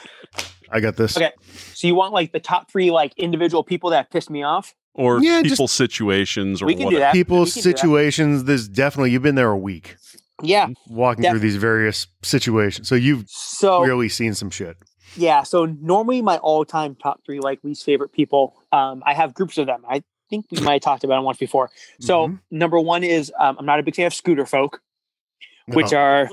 I got this. Okay. So you want like the top three like individual people that pissed me off? Or Yeah, just- people, situations, or We can do whatever. that. People, We can do that. situations. There's definitely you've been there a week Yeah. walking through these various situations, so you've So really seen some shit. yeah. So normally my all-time top three like least favorite people. Um, I have groups of them. I think we might have talked about it once before. So Mhm. number one is um, I'm not a big fan of scooter folk, Mm-hmm. Uh, Uh-huh. which are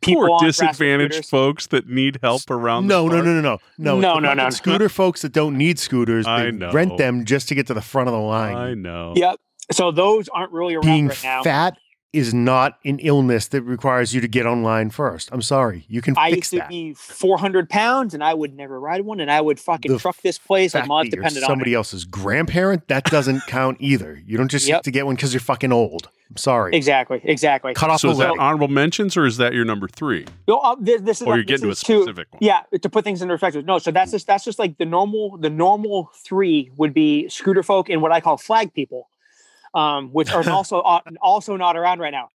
people Poor on disadvantaged rascal scooters. folks that need help around. no, no, the park. no, no, No, no, no, no, it's the no, fucking no. Scooter folks that don't need scooters, I they know. rent them just to get to the front of the line. I know. Yep. So those aren't really around Being right now. fat is not an illness that requires you to get online first. I'm sorry, you (laughs) can I used fix to that. be 400 pounds and I would never ride one and I would fucking The truck this place like fact my life that you're depended on it. somebody else's grandparent, that (laughs) doesn't count either. You don't just Yep. have to get one because you're fucking old. I'm sorry. Exactly, exactly. Cut off So the is that leg. honorable mentions or is that your number three? No, uh, this, this is Or like- you're getting to a this is two- specific one? Yeah, to put things in perspective. No, so that's just that's just like the normal the normal three would be scooter folk and what I call flag people, um, which (laughs) are also uh, also not around right now.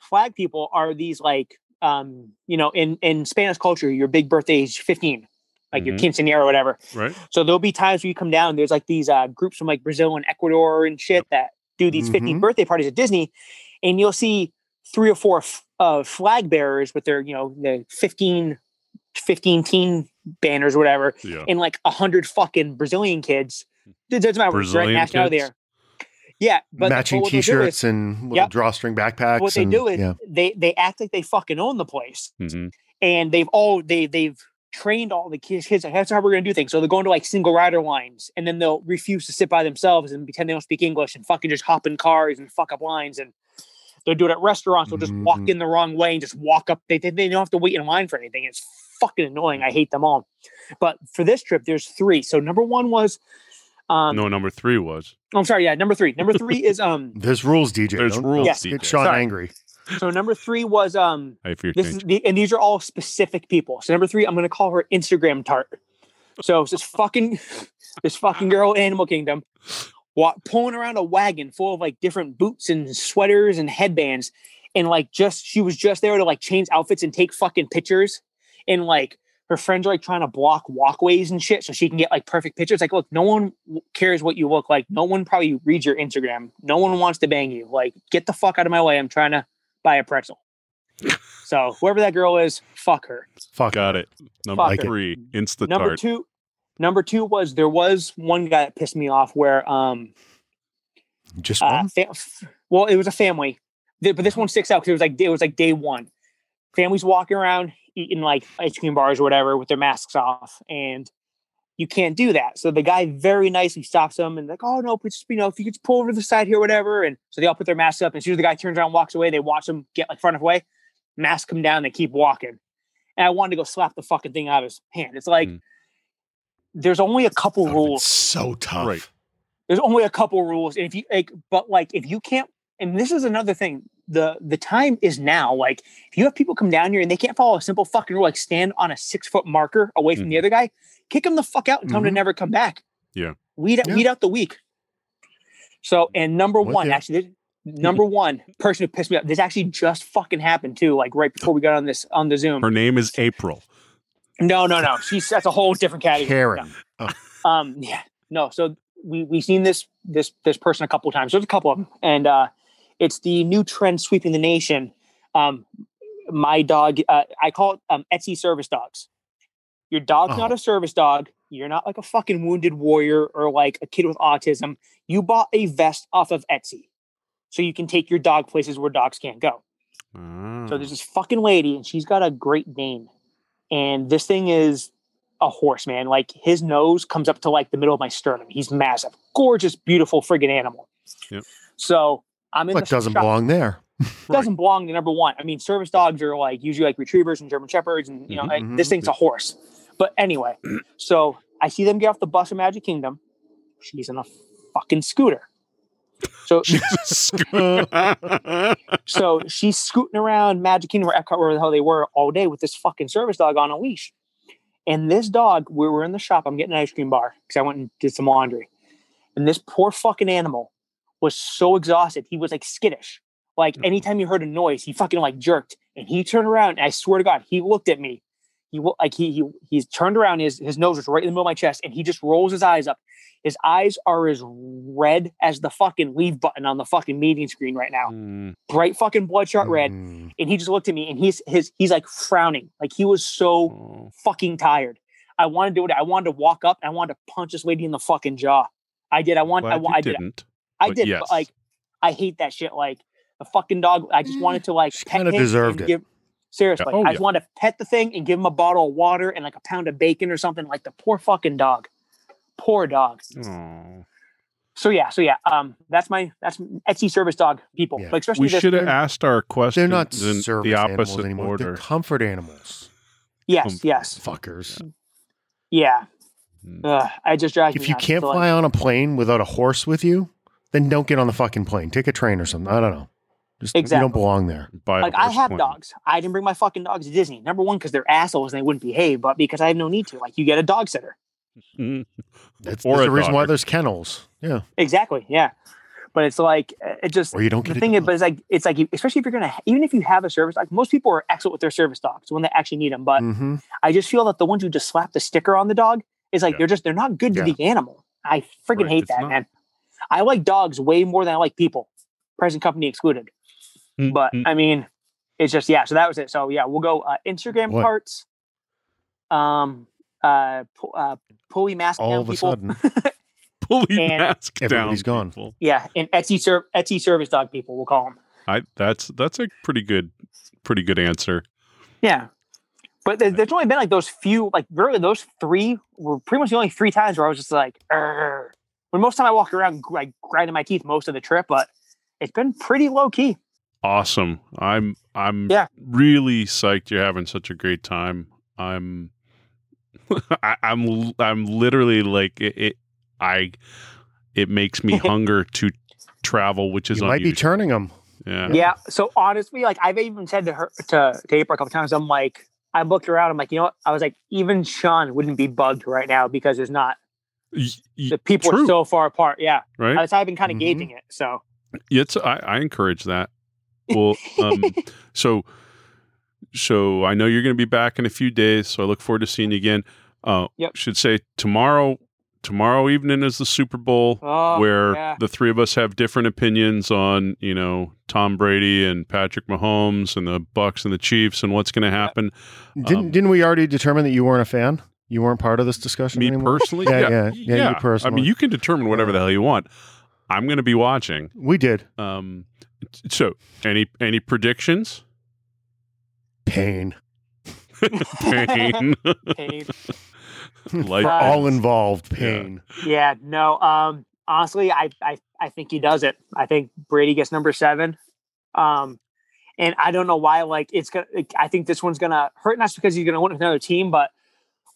Flag people are these like um, you know in in Spanish culture your big birthday is fifteen, like your Mhm. quinceanera or whatever. Right. So there'll be times where you come down. There's like these uh, groups from like Brazil and Ecuador and shit that do these 15 Mhm. birthday parties at Disney, and you'll see three or four f- uh, flag bearers with their you know the 15, 15 teen banners, or whatever, Oh. Yeah. and like a hundred fucking Brazilian kids. Hmm. It doesn't matter what Brazilian direct nationality kids? there. Yeah, but but Matching what they'll do is- t-shirts and little Yep. drawstring backpacks. What they and- do is yeah. they they act like they fucking own the place hmm and they've all they they've trained all the kids kids like that's how we're gonna do things. So they're going to like single rider lines and then they'll refuse to sit by themselves and pretend they don't speak English and fucking just hop in cars and fuck up lines and they'll do it at restaurants, they'll just walk Mhm. in the wrong way and just walk up. They they, they don't have to wait in line for anything. It's fucking annoying. I hate them all. But for this trip, there's three. So number one was um oh, no, number three was. I'm sorry, yeah, number three. Number three is um There's rules, DJ. There's Don't- rules. Yes. don't Get DJ. Sean Sorry. angry. so number three was um I fear This change. is the, and these are all specific people. So number three, I'm going to call her Instagram tart. So it's this fucking (laughs) this fucking girl, in Animal Kingdom, wa- pulling around a wagon full of like different boots and sweaters and headbands, and like just she was just there to like change outfits and take fucking pictures, and like her friends are like trying to block walkways and shit so she can get like perfect pictures. Like, look, no one w- cares what you look like. No one probably reads your Instagram. No one wants to bang you. Like, get the fuck out of my way. I'm trying to buy a pretzel. So whoever that girl is, fuck her. Fuck. Got it. Number Fuck it. three, Insta number Tart. two, number two was there was one guy that pissed me off where um Just uh, one. fa- f- well it was a family, Th- but this one sticks out because it was like it was like day one. Families walking around eating like ice cream bars or whatever with their masks off, and you can't do that. So the guy very nicely stops them and like, oh no, please, just, you know, if you could just pull over to the side here, whatever. And so they all put their masks up. And as soon as the guy turns around, and walks away, they watch him get like front of way, mask come down, they keep walking. And I wanted to go slap the fucking thing out of his hand. It's like Mm. there's only a couple That would've been rules Oh, So tough. Right. there's only a couple rules and if you like but like if you can't and this is another thing the the time is now like if you have people come down here and they can't follow a simple fucking rule like stand on a six foot marker away from the other guy kick them the fuck out and tell them to Mhm. never come back Yeah. weed, Yeah. weed out the weak so and number With one you. actually Number one person who pissed me off. This actually just fucking happened too. Like right before we got on this on the Zoom. Her name is (laughs) April. No, no, no. She's that's a whole different category. Karen. No. Um, yeah, no. So we we seen this this this person a couple times. There's a couple of them, and uh, it's the new trend sweeping the nation. Um, my dog, uh, I call it um, Etsy service dogs. Your dog's Oh. not a service dog. You're not like a fucking wounded warrior or like a kid with autism. You bought a vest off of Etsy, so you can take your dog places where dogs can't go. Hmm. Ah. So there's this fucking lady, and she's got a Great Dane, and this thing is a horse, man. Like his nose comes up to like the middle of my sternum. He's massive, gorgeous, beautiful friggin' animal. Yep. So I'm in What the doesn't shop. belong (laughs) there? Doesn't belong to number one. I mean, service dogs are like usually like retrievers and German shepherds, and you know Mhm, like, mhm. this thing's a horse. But anyway, so I see them get off the bus in Magic Kingdom. She's in a fucking scooter. So so she's scooting around Magic Kingdom or Epcot, wherever the hell they were, all day with this fucking service dog on a leash. And this dog, we were in the shop. I'm getting an ice cream bar because I went and did some laundry. And this poor fucking animal was so exhausted. He was like skittish. Like anytime he heard a noise, he fucking like jerked. And he turned around. And I swear to God, he looked at me. He wo- like he he he's turned around. His his nose was right in the middle of my chest, and he just rolls his eyes up. His eyes are as red as the fucking leave button on the fucking meeting screen right now Mm. bright fucking bloodshot red. Mm-hmm. Mm. And he just looked at me and he's his he's like frowning. Like he was so Oh. fucking tired. I wanted to do it. I wanted to walk up. I wanted to punch this lady in the fucking jaw. I did. I want. I, Glad wa- you I did. didn't. I but did. yes. But like, I hate that shit. Like the fucking dog. I just wanted to like She pet kinda him deserved and it. Give, seriously, Yeah. Oh, I yeah. just wanted to pet the thing and give him a bottle of water and like a pound of bacon or something. Like the poor fucking dog. Poor dog. Oh. So yeah. So yeah. Um. That's my that's Etsy service dog people. Yeah. Like especially We this, should have asked our They're questions not in service the animals opposite anymore. They're order. comfort animals. um, Yes. Yes. Fuckers. Yeah. Mm. Ugh, I just drive. Hmm. If you can't fly on a plane without a horse with you, then don't get on the fucking plane. Take a train or something. I don't know. Just you Exactly. don't belong there. Buy a like I horse have plane. dogs. I didn't bring my fucking dogs to Disney. Number one, because they're assholes and they wouldn't behave, but because I have no need to. Like you get a dog sitter. Mm. That's, Or that's a the reason why dog. there's kennels. Yeah. Exactly. Yeah. But it's like eh, it just Or you don't get the a thing is, dog. but it's like it's like especially if you're gonna even if you have a service dog, most people are excellent with their service dogs when they actually need them. But Mhm. I just feel that the ones who just slap the sticker on the dog is like Yeah. they're just they're not good Yeah. to the animal. I freaking Right, hate it's that, not. man. I like dogs way more than I like people, present company excluded. Mm, (laughs) But mm. I mean, it's just yeah. So that was it. So yeah, we'll go uh, Instagram Boy. parts, um, uh, pu- uh pulley mask All down of a people. sudden, Pulley And- mask down. Everybody's gone. people. Yeah, and Etsy serv Etsy service dog people. We'll call them. I that's that's a pretty good pretty good answer. Yeah. But there, there's only been like those few, like really those three were pretty much the only three times where I was just like, "Arr." when most time I walk around gr- like grinding my teeth most of the trip, but it's been pretty low key. Awesome. I'm I'm Yeah. really psyched you're having such a great time. I'm (laughs) I, I'm l- I'm literally like it, it I it (laughs) makes me hunger to travel, which you is might be unusual. turning them. yeah. Yeah. So honestly, like I've even said to her to, to April a couple times, I'm like, I looked around, I'm like, you know what? I was like, even Sean wouldn't be bugged right now because there's not Y- y- the people true. are so far apart. Yeah. right. Mm-hmm. That's how I've been kind of Mhm. gauging it. So It's I, I encourage that. Well, (laughs) um, so so I know you're going to be back in a few days, so I look forward to seeing you again. Uh, Yep. Should say tomorrow. Tomorrow evening is the Super Bowl, oh, where yeah. the three of us have different opinions on you know Tom Brady and Patrick Mahomes and the Bucks and the Chiefs and what's going to happen. Didn't Um, didn't we already determine that you weren't a fan? You weren't part of this discussion Me anymore? personally, Yeah, yeah, yeah, you I personally. mean, you can determine whatever the hell you want. I'm going to be watching. we did. Um, t- so any any predictions? (laughs) Pain. (laughs) Pain. Pain. Like- For all Yeah. involved, pain. Yeah, no. Um, honestly, I, I I think he does it. I think Brady gets number seven. Um, and I don't know why. Like it's gonna. Like, I think this one's gonna hurt. Not just because he's gonna win with another team, but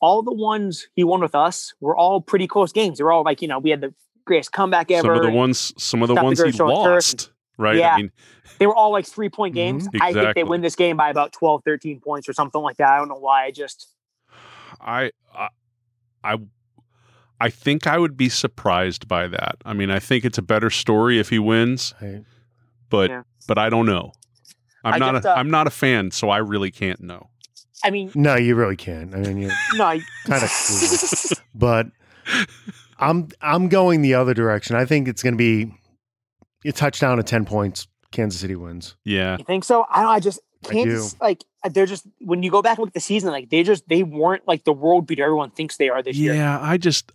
all the ones he won with us were all pretty close games. They were all like you know we had the greatest comeback ever. some of the and ones some of the Stop the ones he Gersh on lost right Yeah. i mean they were all like three point games. Mhm. I think Exactly. they win this game by about 12, 13 points or something like that. I don't know why. I just I, I i i think i would be surprised by that i mean i think it's a better story if he wins I- but Yeah. but I don't know. I'm I not just, a, uh, I'm not a fan, so I really can't know. I mean, No, you really can't. I mean, you no, (laughs) I- kind of (laughs) but I'm I'm going the other direction. I think it's going to be a touchdown at ten points. Kansas City wins. (laughs) Yeah, you think so? I don't. I just I Kansas, like uh, they're just when you go back and look at the season, like they just they weren't like the world beater everyone thinks they are this year. yeah. I just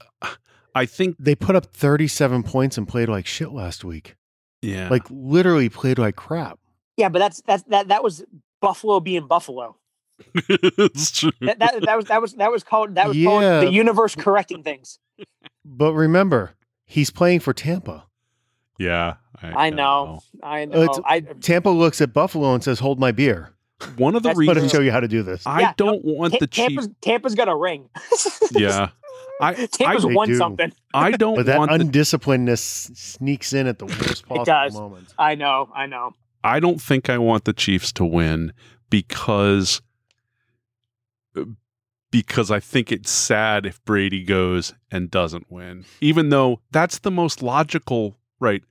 I think They put up thirty-seven points and played like shit last week. yeah. Like literally played like crap. Yeah, but that's that's that that was Buffalo being Buffalo. (laughs) it's true. Mm, That that, that was that was that was called that was called Yeah. the universe correcting things. But remember, he's playing for Tampa. Yeah, I know. I know. it's- I Tampa looks at Buffalo and says, "Hold my beer." know. One of the That's what Let him reasons show you how to do this. I Yeah, don't want Ta- the Chiefs. Tampa's Tampa's gonna ring. (laughs) Yeah, I Tampa's They won do. something. I don't But that want the undisciplinedness sneaks in at the worst does. possible moment. I know. I know. I don't think I want the Chiefs to win because because I think it's sad if Brady goes and doesn't win. Even though that's the most logical, right?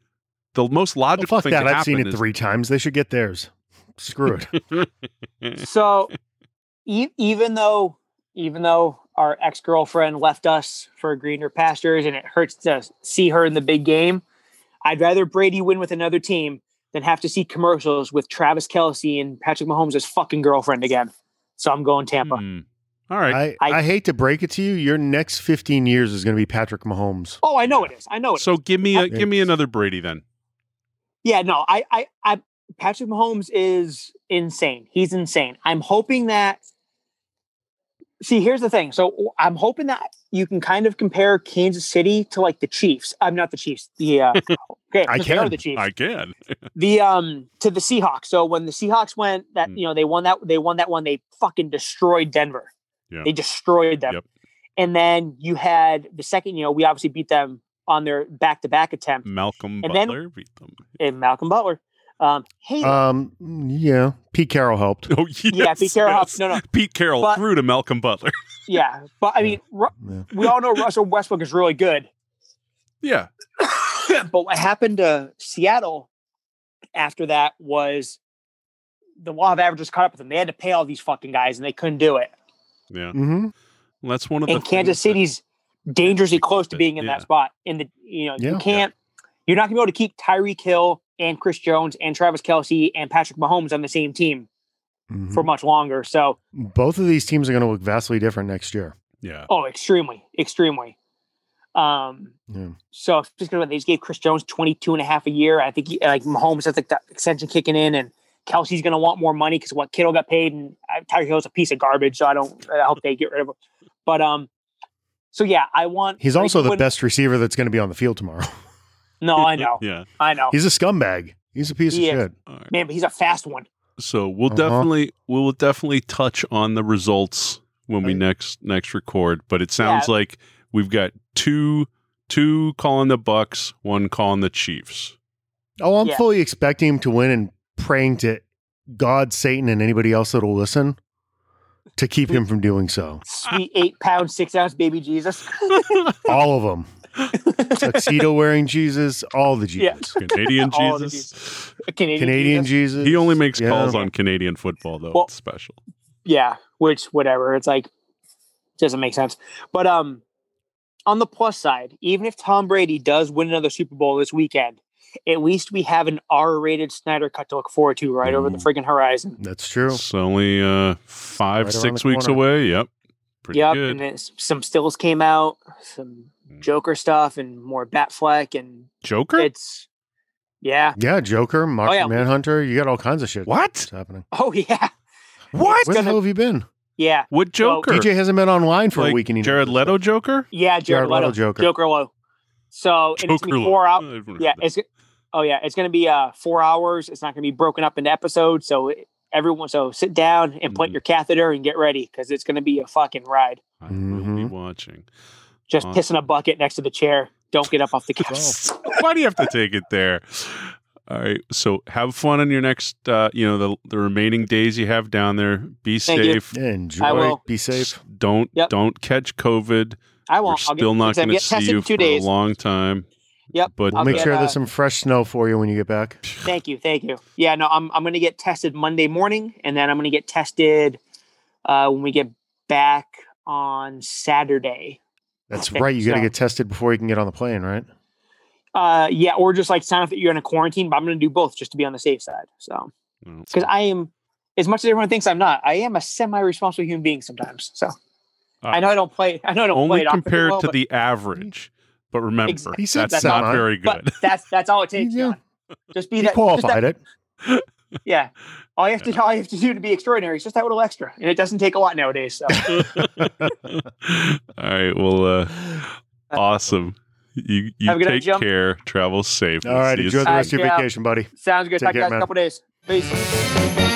The most Well, logical fuck thing that! to I've happen seen it three times. They should get theirs. Screw it. is So e- even though even though our ex girlfriend left us for greener pastures and it hurts to see her in the big game, I'd rather Brady win with another team than have to see commercials with Travis Kelsey and Patrick Mahomes as fucking girlfriend again. So I'm going Tampa. Hmm. All right. I, I, I- hate to break it to you. Your next 15 years is going to be Patrick Mahomes. Oh, I know it is. I know it. is. so give me a, Yeah. give me another Brady then. Yeah, no, I, I, I, Patrick Mahomes is insane. He's insane. I'm hoping that. See, here's the thing. So I'm hoping that you can kind of compare Kansas City to like the Chiefs. I'm not the Chiefs. The (laughs) uh, okay, I they are can. the Chiefs. I can. the um to the Seahawks. So when the Seahawks went that Mm. you know they won that they won that one. They fucking destroyed Denver. Yeah. They destroyed them. Yep. And then you had the second. You know we obviously beat them on their back to back Mm. attempt Malcolm And then- Butler beat them. (laughs) in Malcolm Butler. Um, hey, Um, yeah, Pete Carroll helped. Oh yes, yeah, Pete Carroll. yes. No, no, Pete Carroll But- threw to Malcolm Butler. (laughs) yeah, but I mean, Ru- Yeah. we all know Russell Westbrook is really good. yeah. but what happened to Seattle after that was the law of averages caught up with them. They had to pay all these fucking guys, and they couldn't do it. Yeah. hmm Well, that's one of And the Kansas things that- City's dangerously close to that- being in yeah. that spot. In the you know Yeah. you can't, you're not gonna be able to keep Tyreek Hill and Chris Jones and Travis Kelsey and Patrick Mahomes on the same team Mm-hmm. for much longer. So Mm-hmm. Both of these teams are going to look vastly different next year. Yeah. Oh, extremely, extremely. Um, Yeah. so if just gonna, they just gave Chris Jones 22 and a half a year. I think he, like Mahomes has like that extension kicking in, and Kelsey's going to want more money because what Kittle got paid, and uh, Tyreek Hill's a piece of garbage. So I don't. I hope they get rid of him. But um, so yeah, I want. He's like, also the when- best receiver that's going to be on the field tomorrow. (laughs) Oh, No, I know, Yeah. I know, He's a scumbag. He's a piece He of is. shit. All right. man, but he's a fast one. So we'll Uh-huh. definitely we'll definitely touch on the results when we Right. next next record. But it sounds like we've got two two calling the Bucks, one calling (laughs) the Chiefs. Oh, I'm Yeah. fully expecting him to win and praying to God, Satan, and anybody else that'll listen to keep him from doing so. Sweet eight pound, six ounce baby Jesus. (laughs) All of them. Tuxedo wearing Jesus, all the Yeah. Jesus. Canadian All the Jesus. A Canadian, Canadian Jesus. Jesus. He only makes Yeah. calls on Canadian football though. Well- it's special. yeah which whatever it's like doesn't make sense but um on the plus side even if tom brady does win another super bowl this weekend at least we have an r-rated snyder cut to look forward to right over the Ooh. friggin' horizon That's true. It's only uh five, Right around six the weeks corner. away. Yep. Pretty yep good. and it's, some stills came out some Mm. joker stuff and more batfleck and Joker? it's yeah (laughs) Yeah, Joker, Mark Oh, yeah. Manhunter. You got all kinds of shit. what? What's happening? oh yeah What? Where the gonna- hell have you been? yeah What Joker? DJ hasn't been online for Like a week. And he Jared knows Leto this Joker? yeah jared, Jared Leto leto, Joker. joker low so and it's gonna Joker be four out I've never yeah (laughs) heard that. it's go- oh yeah it's gonna be uh four hours it's not gonna be broken up into episodes so it- everyone so sit down and put Mhm. your catheter and get ready because it's gonna be a fucking ride I will be Mhm. watching. just Awesome. piss in a bucket next to the chair don't get up (laughs) off the couch Why do you have to take it there? All right. So have fun on your next, uh, you know, the the remaining days you have down there. Be Thank you. safe. stuff. Yeah, enjoy. I will. Be safe. Don't Yep. don't catch COVID. i We're won't I'll still not I'm going to getting see tested you in two for days a long time. Yep. But We'll make get, sure there's uh, some fresh snow for you when you get back. (laughs) Thank you, thank you. Yeah, no, I'm I'm gonna get tested Monday morning, and then I'm gonna get tested uh, when we get back on Saturday. That's Okay, right. You got to so- get tested before you can get on the plane, right? Uh, yeah, or just like sign up that you're in a quarantine, but I'm gonna do both just to be on the safe side. So no, it's- because I am, as much as everyone thinks I'm not, I am a semi-responsible human being sometimes. So I know I don't play. I know I don't play Ah. only it off very compared well, to but- the average. But remember, Exactly. He said that's so, not huh? very but good. (laughs) that's that's all it takes. Yeah. John. Just be You that just that qualified it. Yeah. All you have to all you have to do to be extraordinary is just that little extra. And it doesn't take a lot nowadays. (laughs) So All right. Well, (laughs) uh, awesome. You you Have a good night, take Jim. care. Travel safe. All We'll right. see you Enjoy the soon. rest of your Yeah. vacation, buddy. sounds good. Take Talk to you guys care, in man. a couple days. Peace.